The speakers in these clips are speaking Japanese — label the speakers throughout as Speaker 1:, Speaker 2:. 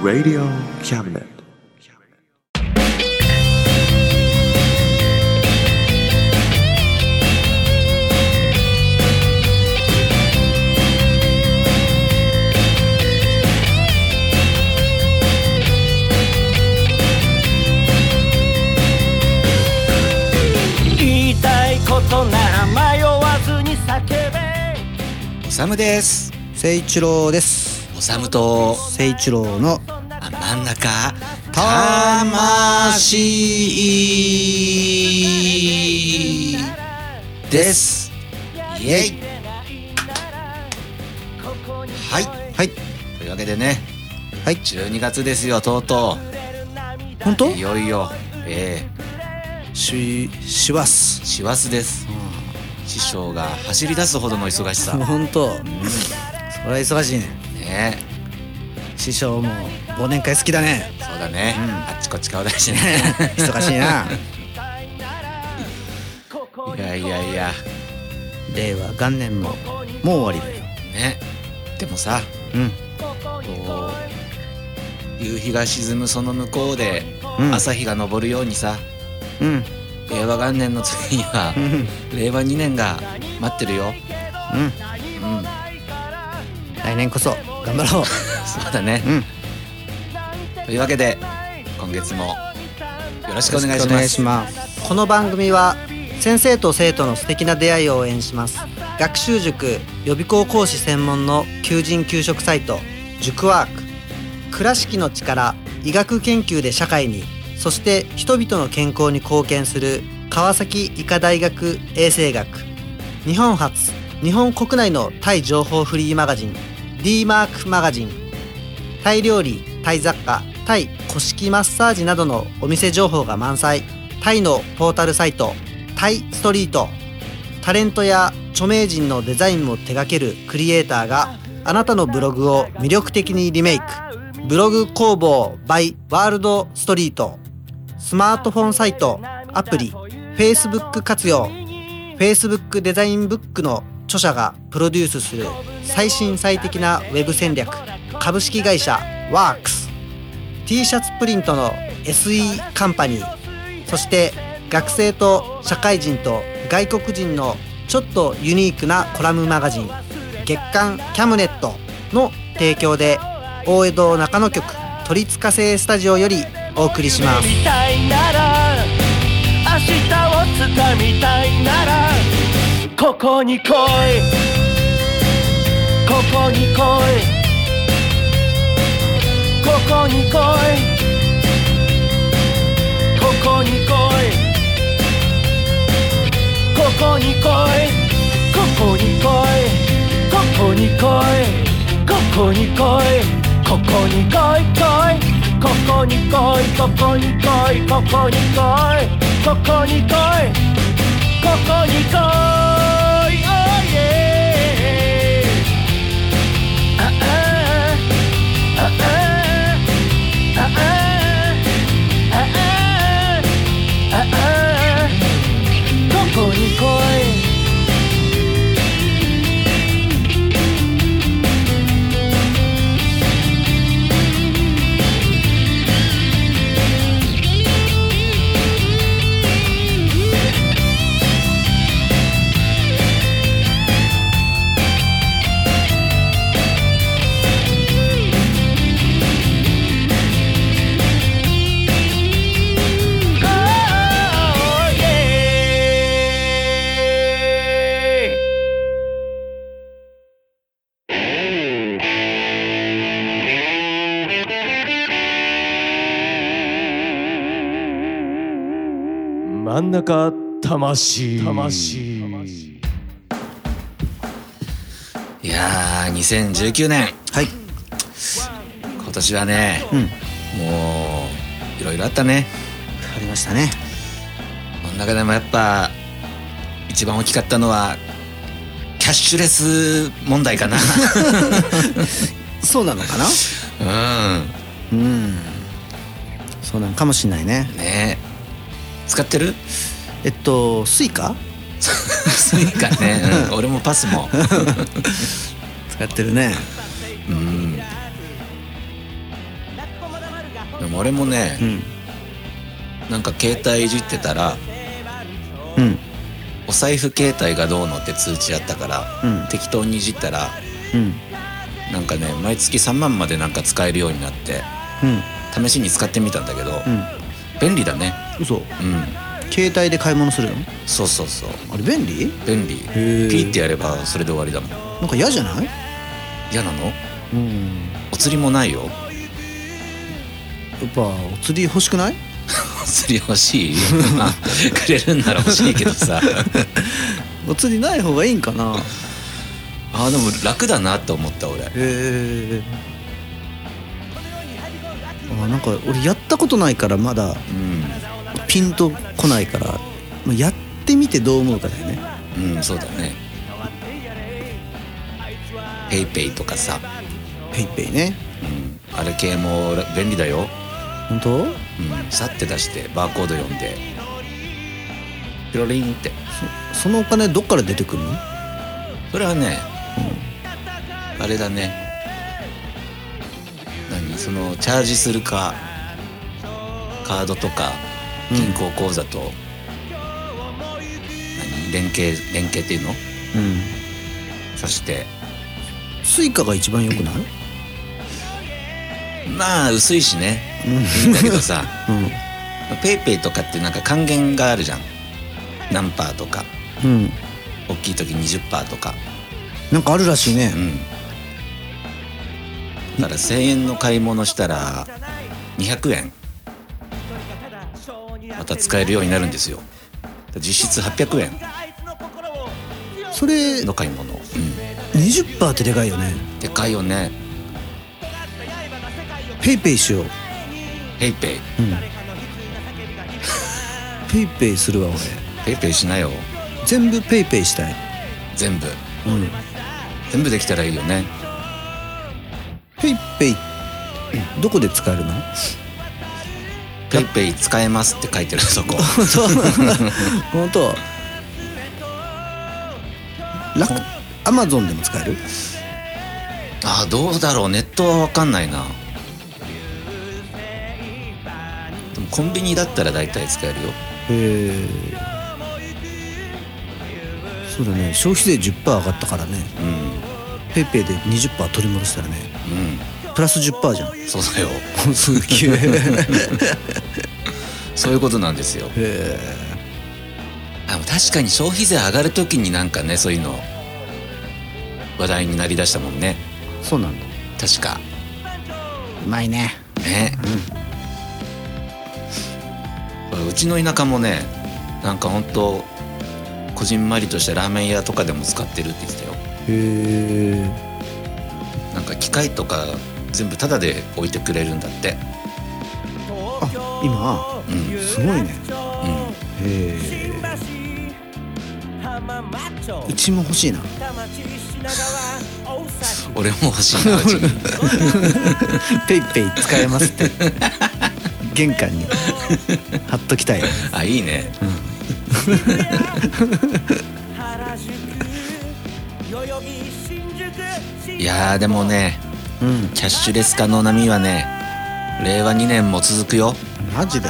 Speaker 1: Radio Cabinet.
Speaker 2: 言いたいことなら迷わずに叫べ
Speaker 3: おさむです
Speaker 4: 誠一郎です
Speaker 3: おさむと
Speaker 4: 誠一郎の
Speaker 3: あ真ん中魂ですイエイはい
Speaker 4: はい
Speaker 3: というわけでね
Speaker 4: はい
Speaker 3: 12月ですよとうと
Speaker 4: 本当
Speaker 3: ういよいよえ
Speaker 4: しします
Speaker 3: ー、師走です師匠が走り出すほどの忙しさね
Speaker 4: 本当それは忙しいね師匠も忘年会好きだね
Speaker 3: そうだね、あっちこっち顔出してね
Speaker 4: 忙しいな
Speaker 3: いやいやいや
Speaker 4: 令和元年ももう終わりだよ
Speaker 3: ねでもさ
Speaker 4: うん
Speaker 3: こう夕日が沈むその向こうで
Speaker 4: うん
Speaker 3: 朝日が昇るようにさ、
Speaker 4: うん
Speaker 3: 令和元年の次には
Speaker 4: うん
Speaker 3: 令和2年が待ってるよ
Speaker 4: うん
Speaker 3: うん
Speaker 4: 来年こそ頑張
Speaker 3: そ
Speaker 4: ろ
Speaker 3: うだね
Speaker 4: ううんよ
Speaker 3: というわけで今月もよろしくお願いし
Speaker 4: ろくお
Speaker 3: ま
Speaker 4: 願い
Speaker 3: す
Speaker 4: します
Speaker 5: この番組は先生と生徒の素敵な出会いを応援します学習塾予備校講師専門の求人・求職サイト塾ワーク倉敷の力医学研究で社会にそして人々の健康に貢献する川崎医科大学衛生学日本初日本国内のタイ情報フリーマガジン d マークマガジンタイ料理タイ雑貨タイ古式マッサージなどのお店情報が満載タイのポータルサイトタイストリートタレントや著名人のデザインも手掛けるクリエイターがあなたのブログを魅力的にリメイクブログ工房 by ワールドストリートスマートフォンサイトアプリ Facebook 活用 Facebook デザインブックの著者がプロデュースする最新最適なウェブ戦略株式会社 WorksT シャツプリントの SE カンパニーそして学生と社会人と外国人のちょっとユニークなコラムマガジン月刊キャムネットの提供で大江戸中野局鳥塚製スタジオよりお送りします
Speaker 2: みたいなら明日をつかみたいならここに来いここに来いここに来いここに来いここに来いここに来いここに来いここに来いここに来い来いここに来いここに来いここに来いここに来いここに来い Oh yeah ああああああああああここに来い
Speaker 6: 真ん中魂魂
Speaker 3: いやー2019年
Speaker 4: はい
Speaker 3: 今年はね、
Speaker 4: うん
Speaker 3: もういろいろあったね
Speaker 4: ありましたね
Speaker 3: その中でもやっぱ一番大きかったのはキャッシュレス問題か な
Speaker 4: そうなのかな
Speaker 3: う
Speaker 4: うんそうなのかもしんないね
Speaker 3: んね使ってる
Speaker 4: えっとスイカ
Speaker 3: スイカね、うん俺もパスも
Speaker 4: 使ってるね
Speaker 3: うんでも俺もね
Speaker 4: う、ん
Speaker 3: なんか携帯いじってたら
Speaker 4: うん
Speaker 3: お財布携帯がどうのって通知あったから、
Speaker 4: うん
Speaker 3: 適当にいじったら
Speaker 4: うん
Speaker 3: なんかね毎月3万までなんか使えるようになって
Speaker 4: うん
Speaker 3: 試しに使ってみたんだけど、
Speaker 4: うん
Speaker 3: 便利だね
Speaker 4: 嘘
Speaker 3: うん
Speaker 4: 携帯で買い物するの
Speaker 3: そうそうそう
Speaker 4: あれ便利
Speaker 3: 便利
Speaker 4: へー
Speaker 3: ピーってやればそれで終わりだもん
Speaker 4: なんか嫌じゃない
Speaker 3: 嫌なの
Speaker 4: うん
Speaker 3: お釣りもないよ
Speaker 4: やっぱお釣り欲しくない
Speaker 3: お釣り欲 しいまあくれるんなら欲しいけどさ
Speaker 4: お釣りない方がいいんかな
Speaker 3: あーでも楽だなと思った俺
Speaker 4: へえあなんか俺やったことないからまだ
Speaker 3: う
Speaker 4: ピンとこないからまあやってみてどう思うかだよね
Speaker 3: んうんそうだねペイペイとかさ、
Speaker 4: ペイペイね
Speaker 3: うん、あれ系も便利だよ、
Speaker 4: 本当
Speaker 3: うん、さって出してバーコード読んでピロリンって
Speaker 4: そのお金どっから出てくるの
Speaker 3: それはね、あれだね何そのチャージするかカードとか
Speaker 4: うん
Speaker 3: 銀行口座と、何連携連携っていうの
Speaker 4: うん
Speaker 3: そして
Speaker 4: スイカが一番良くない
Speaker 3: まあ薄いしねいいんだけどさ
Speaker 4: う
Speaker 3: ペイペイとかってなんか還元があるじゃん何パーとか
Speaker 4: んうん
Speaker 3: 大きい時20パーとか
Speaker 4: なんかあるらしいね
Speaker 3: うんだから1,000円の買い物したら200円また使えるようになるんですよ実質800円
Speaker 4: それ
Speaker 3: の買い物、うん、
Speaker 4: 20%ってでかいよね
Speaker 3: でかいよね
Speaker 4: ペイペイしよう
Speaker 3: ペイペイ
Speaker 4: ペイペイするわ俺
Speaker 3: ペイペイしなよ
Speaker 4: 全部ペイペイしたい
Speaker 3: 全部
Speaker 4: うん
Speaker 3: 全部できたらいいよね
Speaker 4: ペイペイどこで使えるの
Speaker 3: ペイペイ使えますって書いてるそこ
Speaker 4: そう本当楽アマゾンでも使える
Speaker 3: ああどうだろうネットは分かんないなでもコンビニだったら大体使えるよ
Speaker 4: へえそうだね消費税10%上がったからね
Speaker 3: うん
Speaker 4: ペイペイで20%取り戻したらねプラス10%じゃん
Speaker 3: うんそうだよ
Speaker 4: すげえ
Speaker 3: そういうことなんですよ。あでも確かに消費税上がるときになんかねそういうの話題になりだしたもんね
Speaker 4: そうなんだ
Speaker 3: 確か
Speaker 4: うまいね
Speaker 3: ね、ううちの田舎もねなんかほんとこじんまりとしたラーメン屋とかでも使ってるって言ってたよ
Speaker 4: へえ
Speaker 3: なんか機械とか全部タダで置いてくれるんだって
Speaker 4: 今
Speaker 3: うん
Speaker 4: すごいね
Speaker 3: うん
Speaker 4: へえうちも欲しいな
Speaker 3: 俺も欲しいなうちに
Speaker 4: ペイペイ使えますって 玄関に貼っときたいよ
Speaker 3: あいいね いやーでもね
Speaker 4: うん
Speaker 3: キャッシュレス化の波はね令和2年も続くよ
Speaker 4: マジで、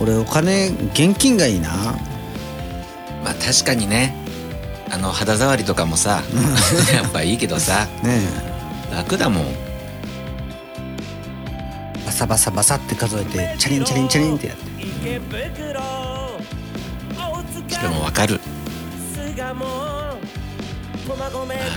Speaker 4: 俺お金現金がいいな
Speaker 3: まあ確かにねあの肌触りとかもさ やっぱいいけどさ
Speaker 4: ね
Speaker 3: 楽だもん
Speaker 4: えバサバサバサって数えてチャリンチャリンチャリンってやって
Speaker 3: しかもわかるま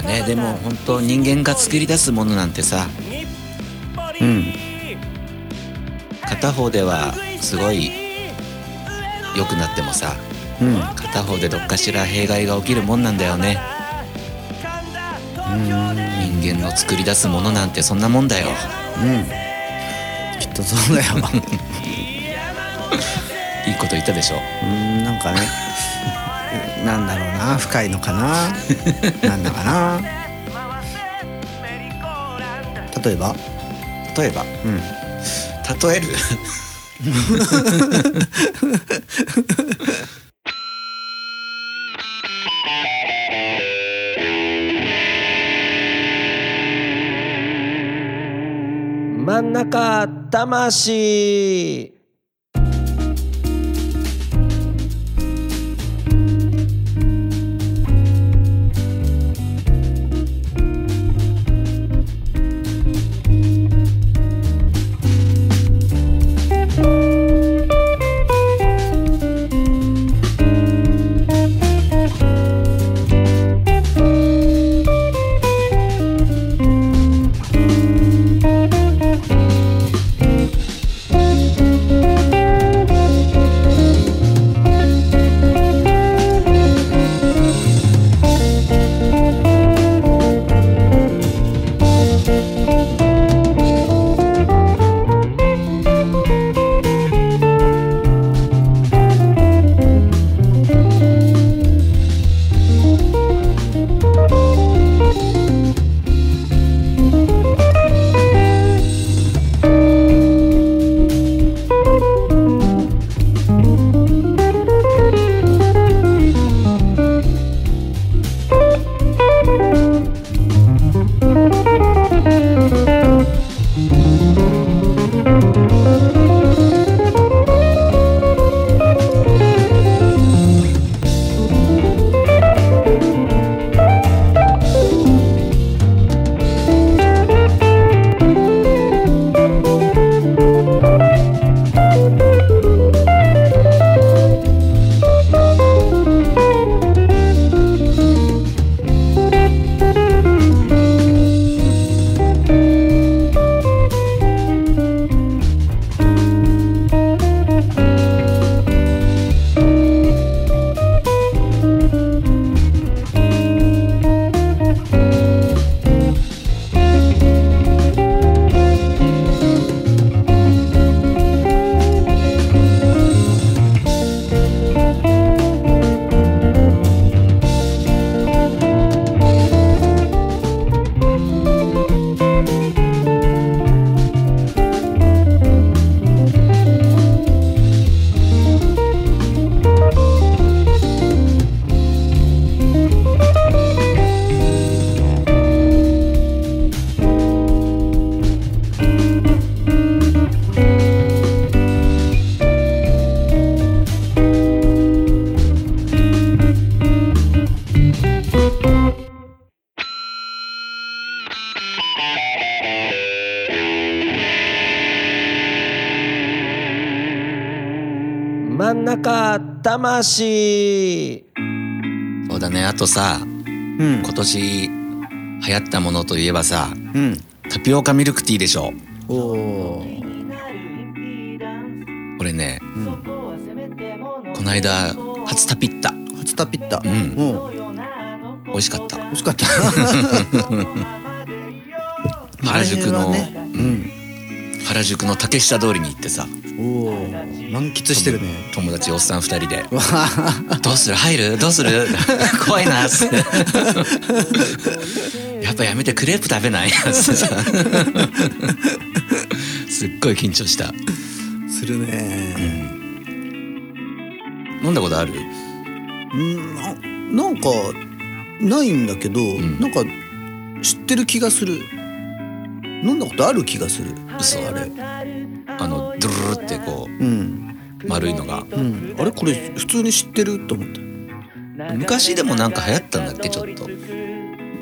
Speaker 3: あねでも本当人間が作り出すものなんてさ
Speaker 4: うん
Speaker 3: 片方ではすごい良くなってもさ
Speaker 4: うん
Speaker 3: 片方でどっかしら弊害が起きるもんなんだよね人間の作り出すものなんてそんなもんだよ
Speaker 4: きっとそうだよ
Speaker 3: いいこと言ったでしょ
Speaker 4: うんなんかねなんだろうな深いのかななんだかな 例えば
Speaker 3: 例えば
Speaker 4: うん
Speaker 3: 例える
Speaker 7: 「
Speaker 2: 中魂真ん中魂
Speaker 3: そうだねあとさ
Speaker 4: うん
Speaker 3: 今年流行ったものといえばさ
Speaker 4: うん
Speaker 3: タピオカミルクティーでしょ
Speaker 4: おおー
Speaker 3: これね、こないだ初タピった
Speaker 4: 初タピった
Speaker 3: う
Speaker 4: うんん
Speaker 3: 美味しかった
Speaker 4: 美味しかっ た
Speaker 3: 原宿の、
Speaker 4: ね
Speaker 3: うん、原宿の竹下通りに行ってさ
Speaker 4: おお満喫してるね
Speaker 3: 友達おっさん二人で「どうする入るどうす る怖いな」っつってやっぱやめてクレープ食べ ない」つってさすっごい緊張した
Speaker 4: するね
Speaker 3: 飲んだことある
Speaker 4: うんななんかないんだけど、
Speaker 3: ん
Speaker 4: なんか知ってる気がする飲んだことある気がする
Speaker 3: 嘘あれあのドゥルルルってこ
Speaker 4: うん、
Speaker 3: う丸いのが
Speaker 4: うん、あれこれ普通に知ってると思った
Speaker 3: 昔でもなんか流行ったんだっけちょっと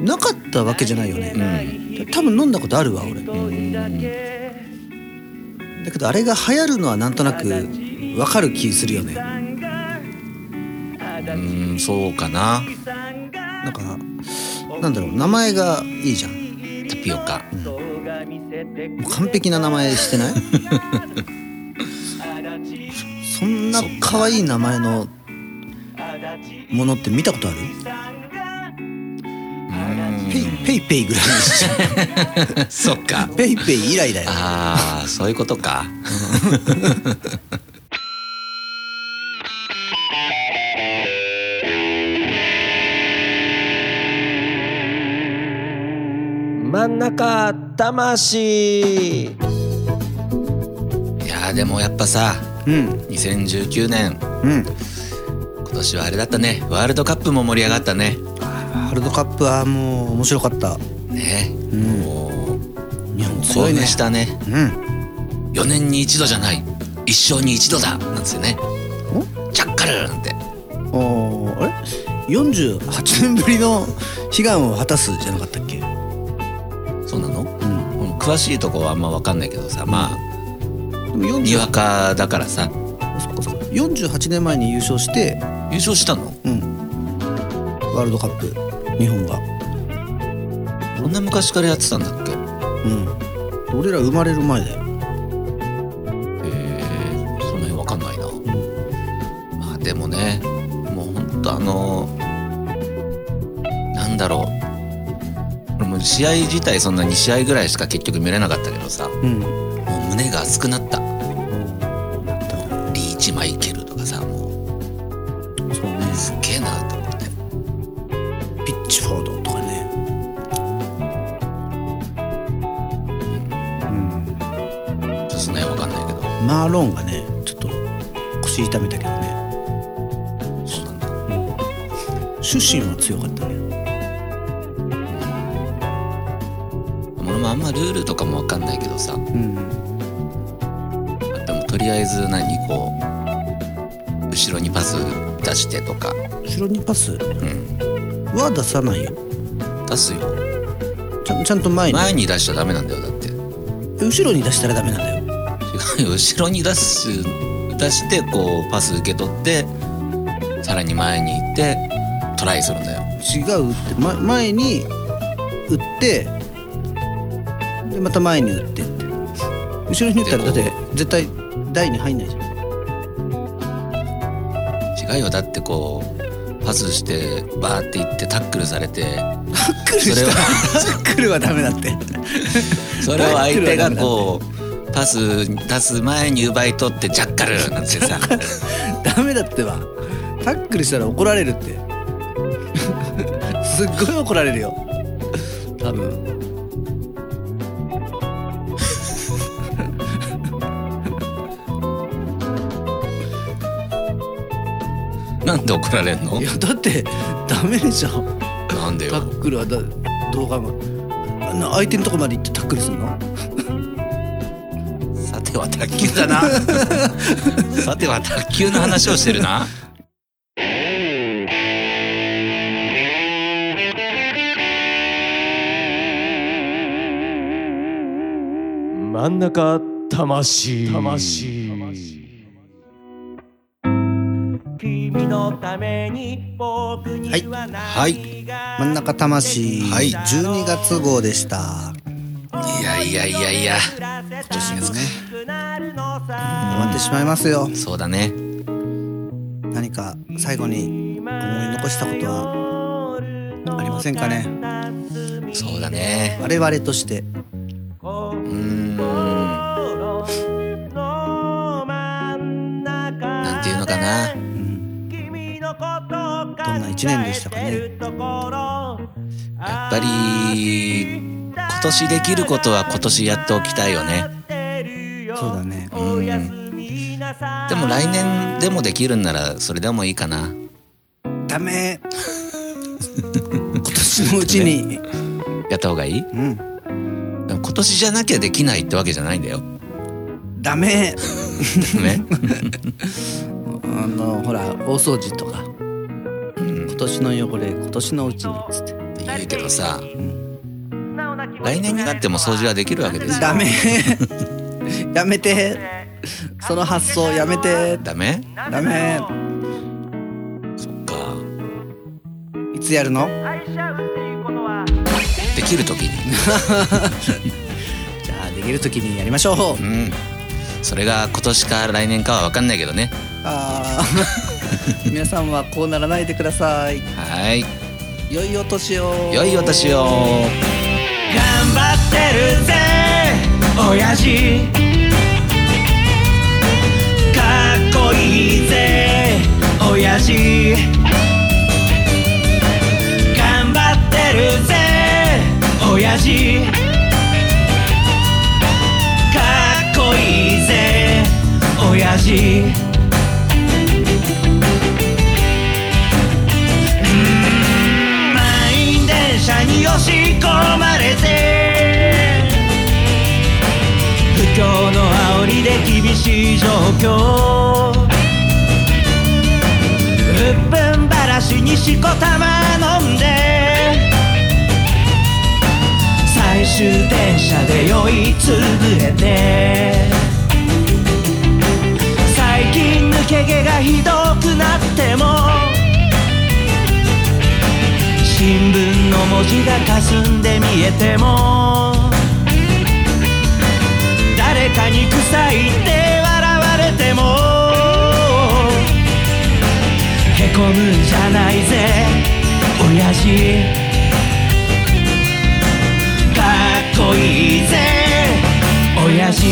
Speaker 4: なかったわけじゃないよ
Speaker 3: う
Speaker 4: ね、
Speaker 3: ん
Speaker 4: 多分飲んだことあるわ俺
Speaker 3: うん
Speaker 4: だけどあれが流行るのはなんとなくわかる気するよねな
Speaker 3: うんそうかなん
Speaker 4: かなんだろう名前がいいじゃん
Speaker 3: タピオカ
Speaker 4: もう完璧な名前して ないそんな可愛い名前のものって見たことあるペイペイペイぐらいにしちゃう
Speaker 3: そっか
Speaker 4: ペイペイ以来だよ
Speaker 3: ああそういうことか
Speaker 2: 真ん中魂
Speaker 3: いやーでもやっぱさ
Speaker 4: うん
Speaker 3: 2019年
Speaker 4: うん
Speaker 3: 今年はあれだったねワールドカップも盛り上がったね
Speaker 4: ワールドカップはもう面白かった
Speaker 3: ね、もう
Speaker 4: 日本
Speaker 3: こ
Speaker 4: ごいね
Speaker 3: 興奮したね
Speaker 4: うん
Speaker 3: 4年に一度じゃない一生に一度だなんですよねジャッカルなんて
Speaker 4: おーあれ48年ぶりの悲願を果たすじゃなかったっけ
Speaker 3: そうなの
Speaker 4: うん
Speaker 3: うん詳しいとこはあんま分かんないけどさまあ
Speaker 4: でも
Speaker 3: にわ
Speaker 4: 40
Speaker 3: かだからさ
Speaker 4: そっかそっか48年前に優勝して
Speaker 3: 優勝したの
Speaker 4: うんワールドカップ日本が
Speaker 3: こんな昔からやってたんだっけ
Speaker 4: うん俺ら生まれる前だよ
Speaker 3: えー、その辺わかんないな、まあでもねもうほんとあのなんだろうもう試合自体そんな2試合ぐらいしか結局見れなかったけどさも
Speaker 4: うん
Speaker 3: う胸が熱くなったリーチマイケルとかさも
Speaker 4: そうね
Speaker 3: うすっげえなと思って
Speaker 4: ピッチフォードとかね
Speaker 3: ちょっとその辺わかんないけど
Speaker 4: マーロンがねちょっと腰痛めたけどね
Speaker 3: そうなんだ
Speaker 4: 出身は強かったね
Speaker 3: 俺もあんまルールとかもわかんないけどさ
Speaker 4: うん
Speaker 3: でもとりあえず何こう後ろにパス出してとか
Speaker 4: 後ろにパス
Speaker 3: うん
Speaker 4: は出さないよ
Speaker 3: 出すよ
Speaker 4: ちゃんちゃんと前に
Speaker 3: 前に出しちゃダメなんだよだって違
Speaker 4: 後ろに出したらダメなんだよ
Speaker 3: うよ後ろに出す出してこうパス受け取ってさらに前に行ってトライするんだよ
Speaker 4: 違うって、ま、前に打ってでまた前に打ってって後ろに打ったらだって絶対台に入んないじゃん
Speaker 3: 違うよだってこうパスしてバーって行ってタックルされて
Speaker 4: タックル
Speaker 3: それ
Speaker 4: したらタックルはダメだって
Speaker 3: それを
Speaker 4: タッ
Speaker 3: 相
Speaker 4: クルは
Speaker 3: 手
Speaker 4: ダ
Speaker 3: が
Speaker 4: メだ
Speaker 3: こうパス出す前に奪い取ってジャッカルなんて さ
Speaker 4: ダメだってばタックルしたら怒られるってすっごい怒られるよ多分
Speaker 3: なんで怒られんの
Speaker 4: いやだってダメでしょ
Speaker 3: なんで
Speaker 4: タ
Speaker 3: よ
Speaker 4: ックルはだ動画もあんな相手のとこまで行ってタックルするの
Speaker 3: さては卓球だ なさては卓球の話をしてるな
Speaker 6: 真ん中魂魂
Speaker 2: 君のために僕には
Speaker 4: はい
Speaker 2: 何が
Speaker 4: 真ん中魂、
Speaker 3: はい
Speaker 4: 12月号でした
Speaker 3: いやいやいやいや
Speaker 2: 今年
Speaker 3: ですね
Speaker 4: 終わってしまいますよ
Speaker 3: そうだね
Speaker 4: 何か最後に思い残したことはありませんかね
Speaker 3: そうだね
Speaker 4: 我々として
Speaker 3: うーんなんていうのかな
Speaker 4: どんな一年でしたかね
Speaker 3: やっぱり今年できることは今年やっておきたいよね
Speaker 4: そうだね
Speaker 3: うんでも来年でもできるんならそれでもいいかな
Speaker 4: ダメ今年のうちに、
Speaker 3: やった方がいい
Speaker 4: うん、
Speaker 3: でも今年じゃなきゃできないってわけじゃないんだよ
Speaker 4: ダメ
Speaker 3: ね
Speaker 4: あのほら大掃除とか今年の汚れ今年のうちにっつって
Speaker 3: 言うけどさ来年になっても掃除はできるわけですよ
Speaker 4: ダメ やめてその発想やめて
Speaker 3: ダメ
Speaker 4: ダメ
Speaker 3: そっか
Speaker 4: いつやるの
Speaker 3: できる時に
Speaker 4: じゃあできる時にやりましょう
Speaker 3: うんそれが今年か来年かは分かんないけどね
Speaker 4: あー 皆さんはこうならないでください
Speaker 3: はい
Speaker 4: 良いお年を
Speaker 3: 良いお年を
Speaker 2: 頑張ってるぜ親父かっこいいぜ親父頑張ってるぜ親父かっこいいぜ親父満員電車に押し込まれてしい状況うっぷんばらしにしこたま飲んで最終電車で酔いつぶれて最近抜け毛がひどくなっても新聞の文字が霞んで見えても誰かに臭いって笑われてもへこむんじゃないぜ親父かっこいいぜ親父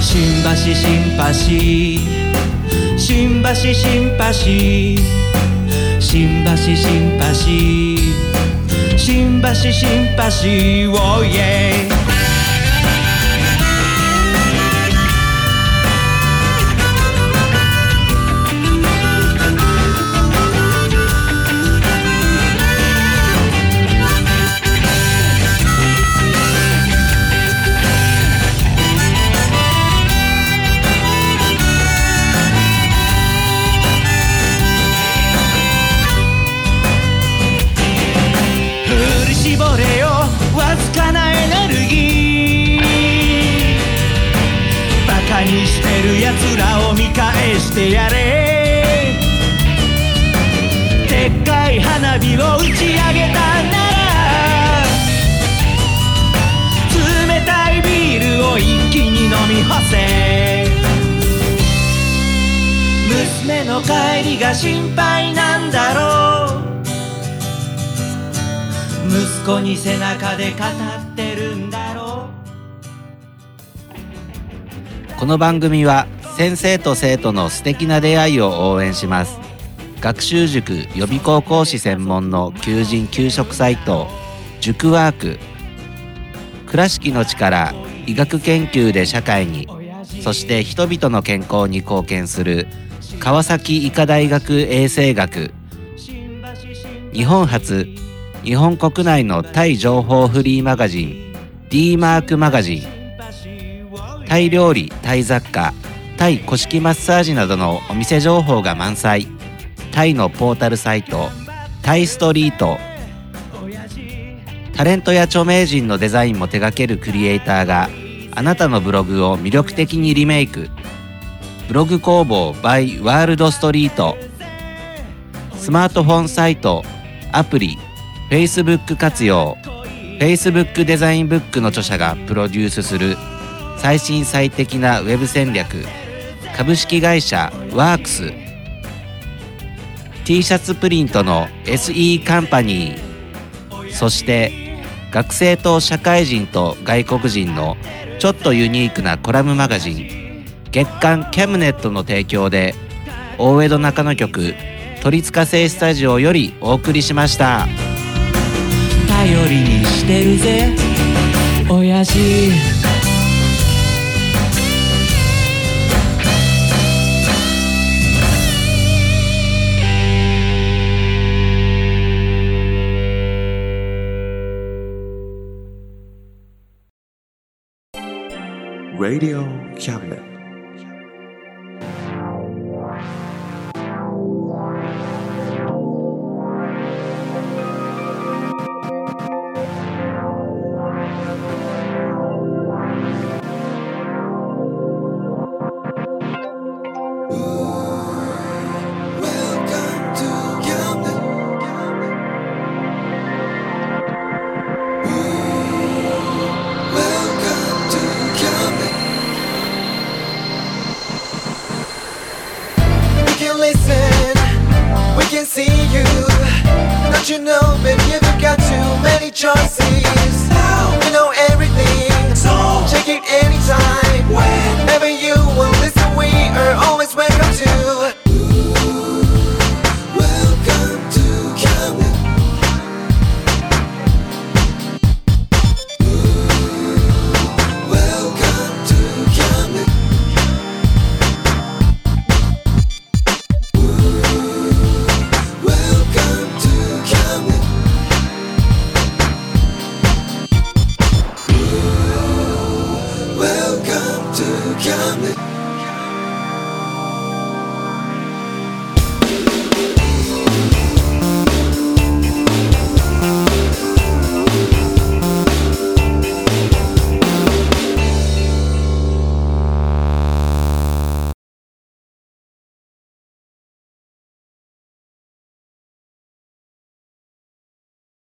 Speaker 2: 新橋シンパシー新橋シンパシー新橋新橋新橋新橋おいえ振り絞れよわずかなエネルギーバカにしてるやつらを見返してやれでっかい花火を打ち上げたなら冷たいビールを一気に飲み干せ娘の帰りが心配なんだろう息子に背中で語ってるんだろう
Speaker 5: この番組は先生と生徒の素敵な出会いを応援します学習塾予備校講師専門の求人・給食サイト塾ワーク倉敷の力医学研究で社会にそして人々の健康に貢献する川崎医科大学衛生学日本初日本国内のタイ情報フリーマガジン d マークマガジンタイ料理タイ雑貨タイ古式マッサージなどのお店情報が満載タイのポータルサイトタイストリートタレントや著名人のデザインも手掛けるクリエイターがあなたのブログを魅力的にリメイクブログ工房 by ワールドストリートスマートフォンサイトアプリ Facebook 活用 Facebook デザインブックの著者がプロデュースする最新最適なウェブ戦略株式会社ワークス t シャツプリントの SE カンパニーそして学生と社会人と外国人のちょっとユニークなコラムマガジン月刊キャムネットの提供で大江戸中野局鳥塚製スタジオよりお送りしました。
Speaker 2: 頼りにしてるぜ親父
Speaker 1: Radio Cabinet.
Speaker 7: We can listen, we can see you. Don't you know, baby, you've got too many choices. Now we know everything, so check it anytime.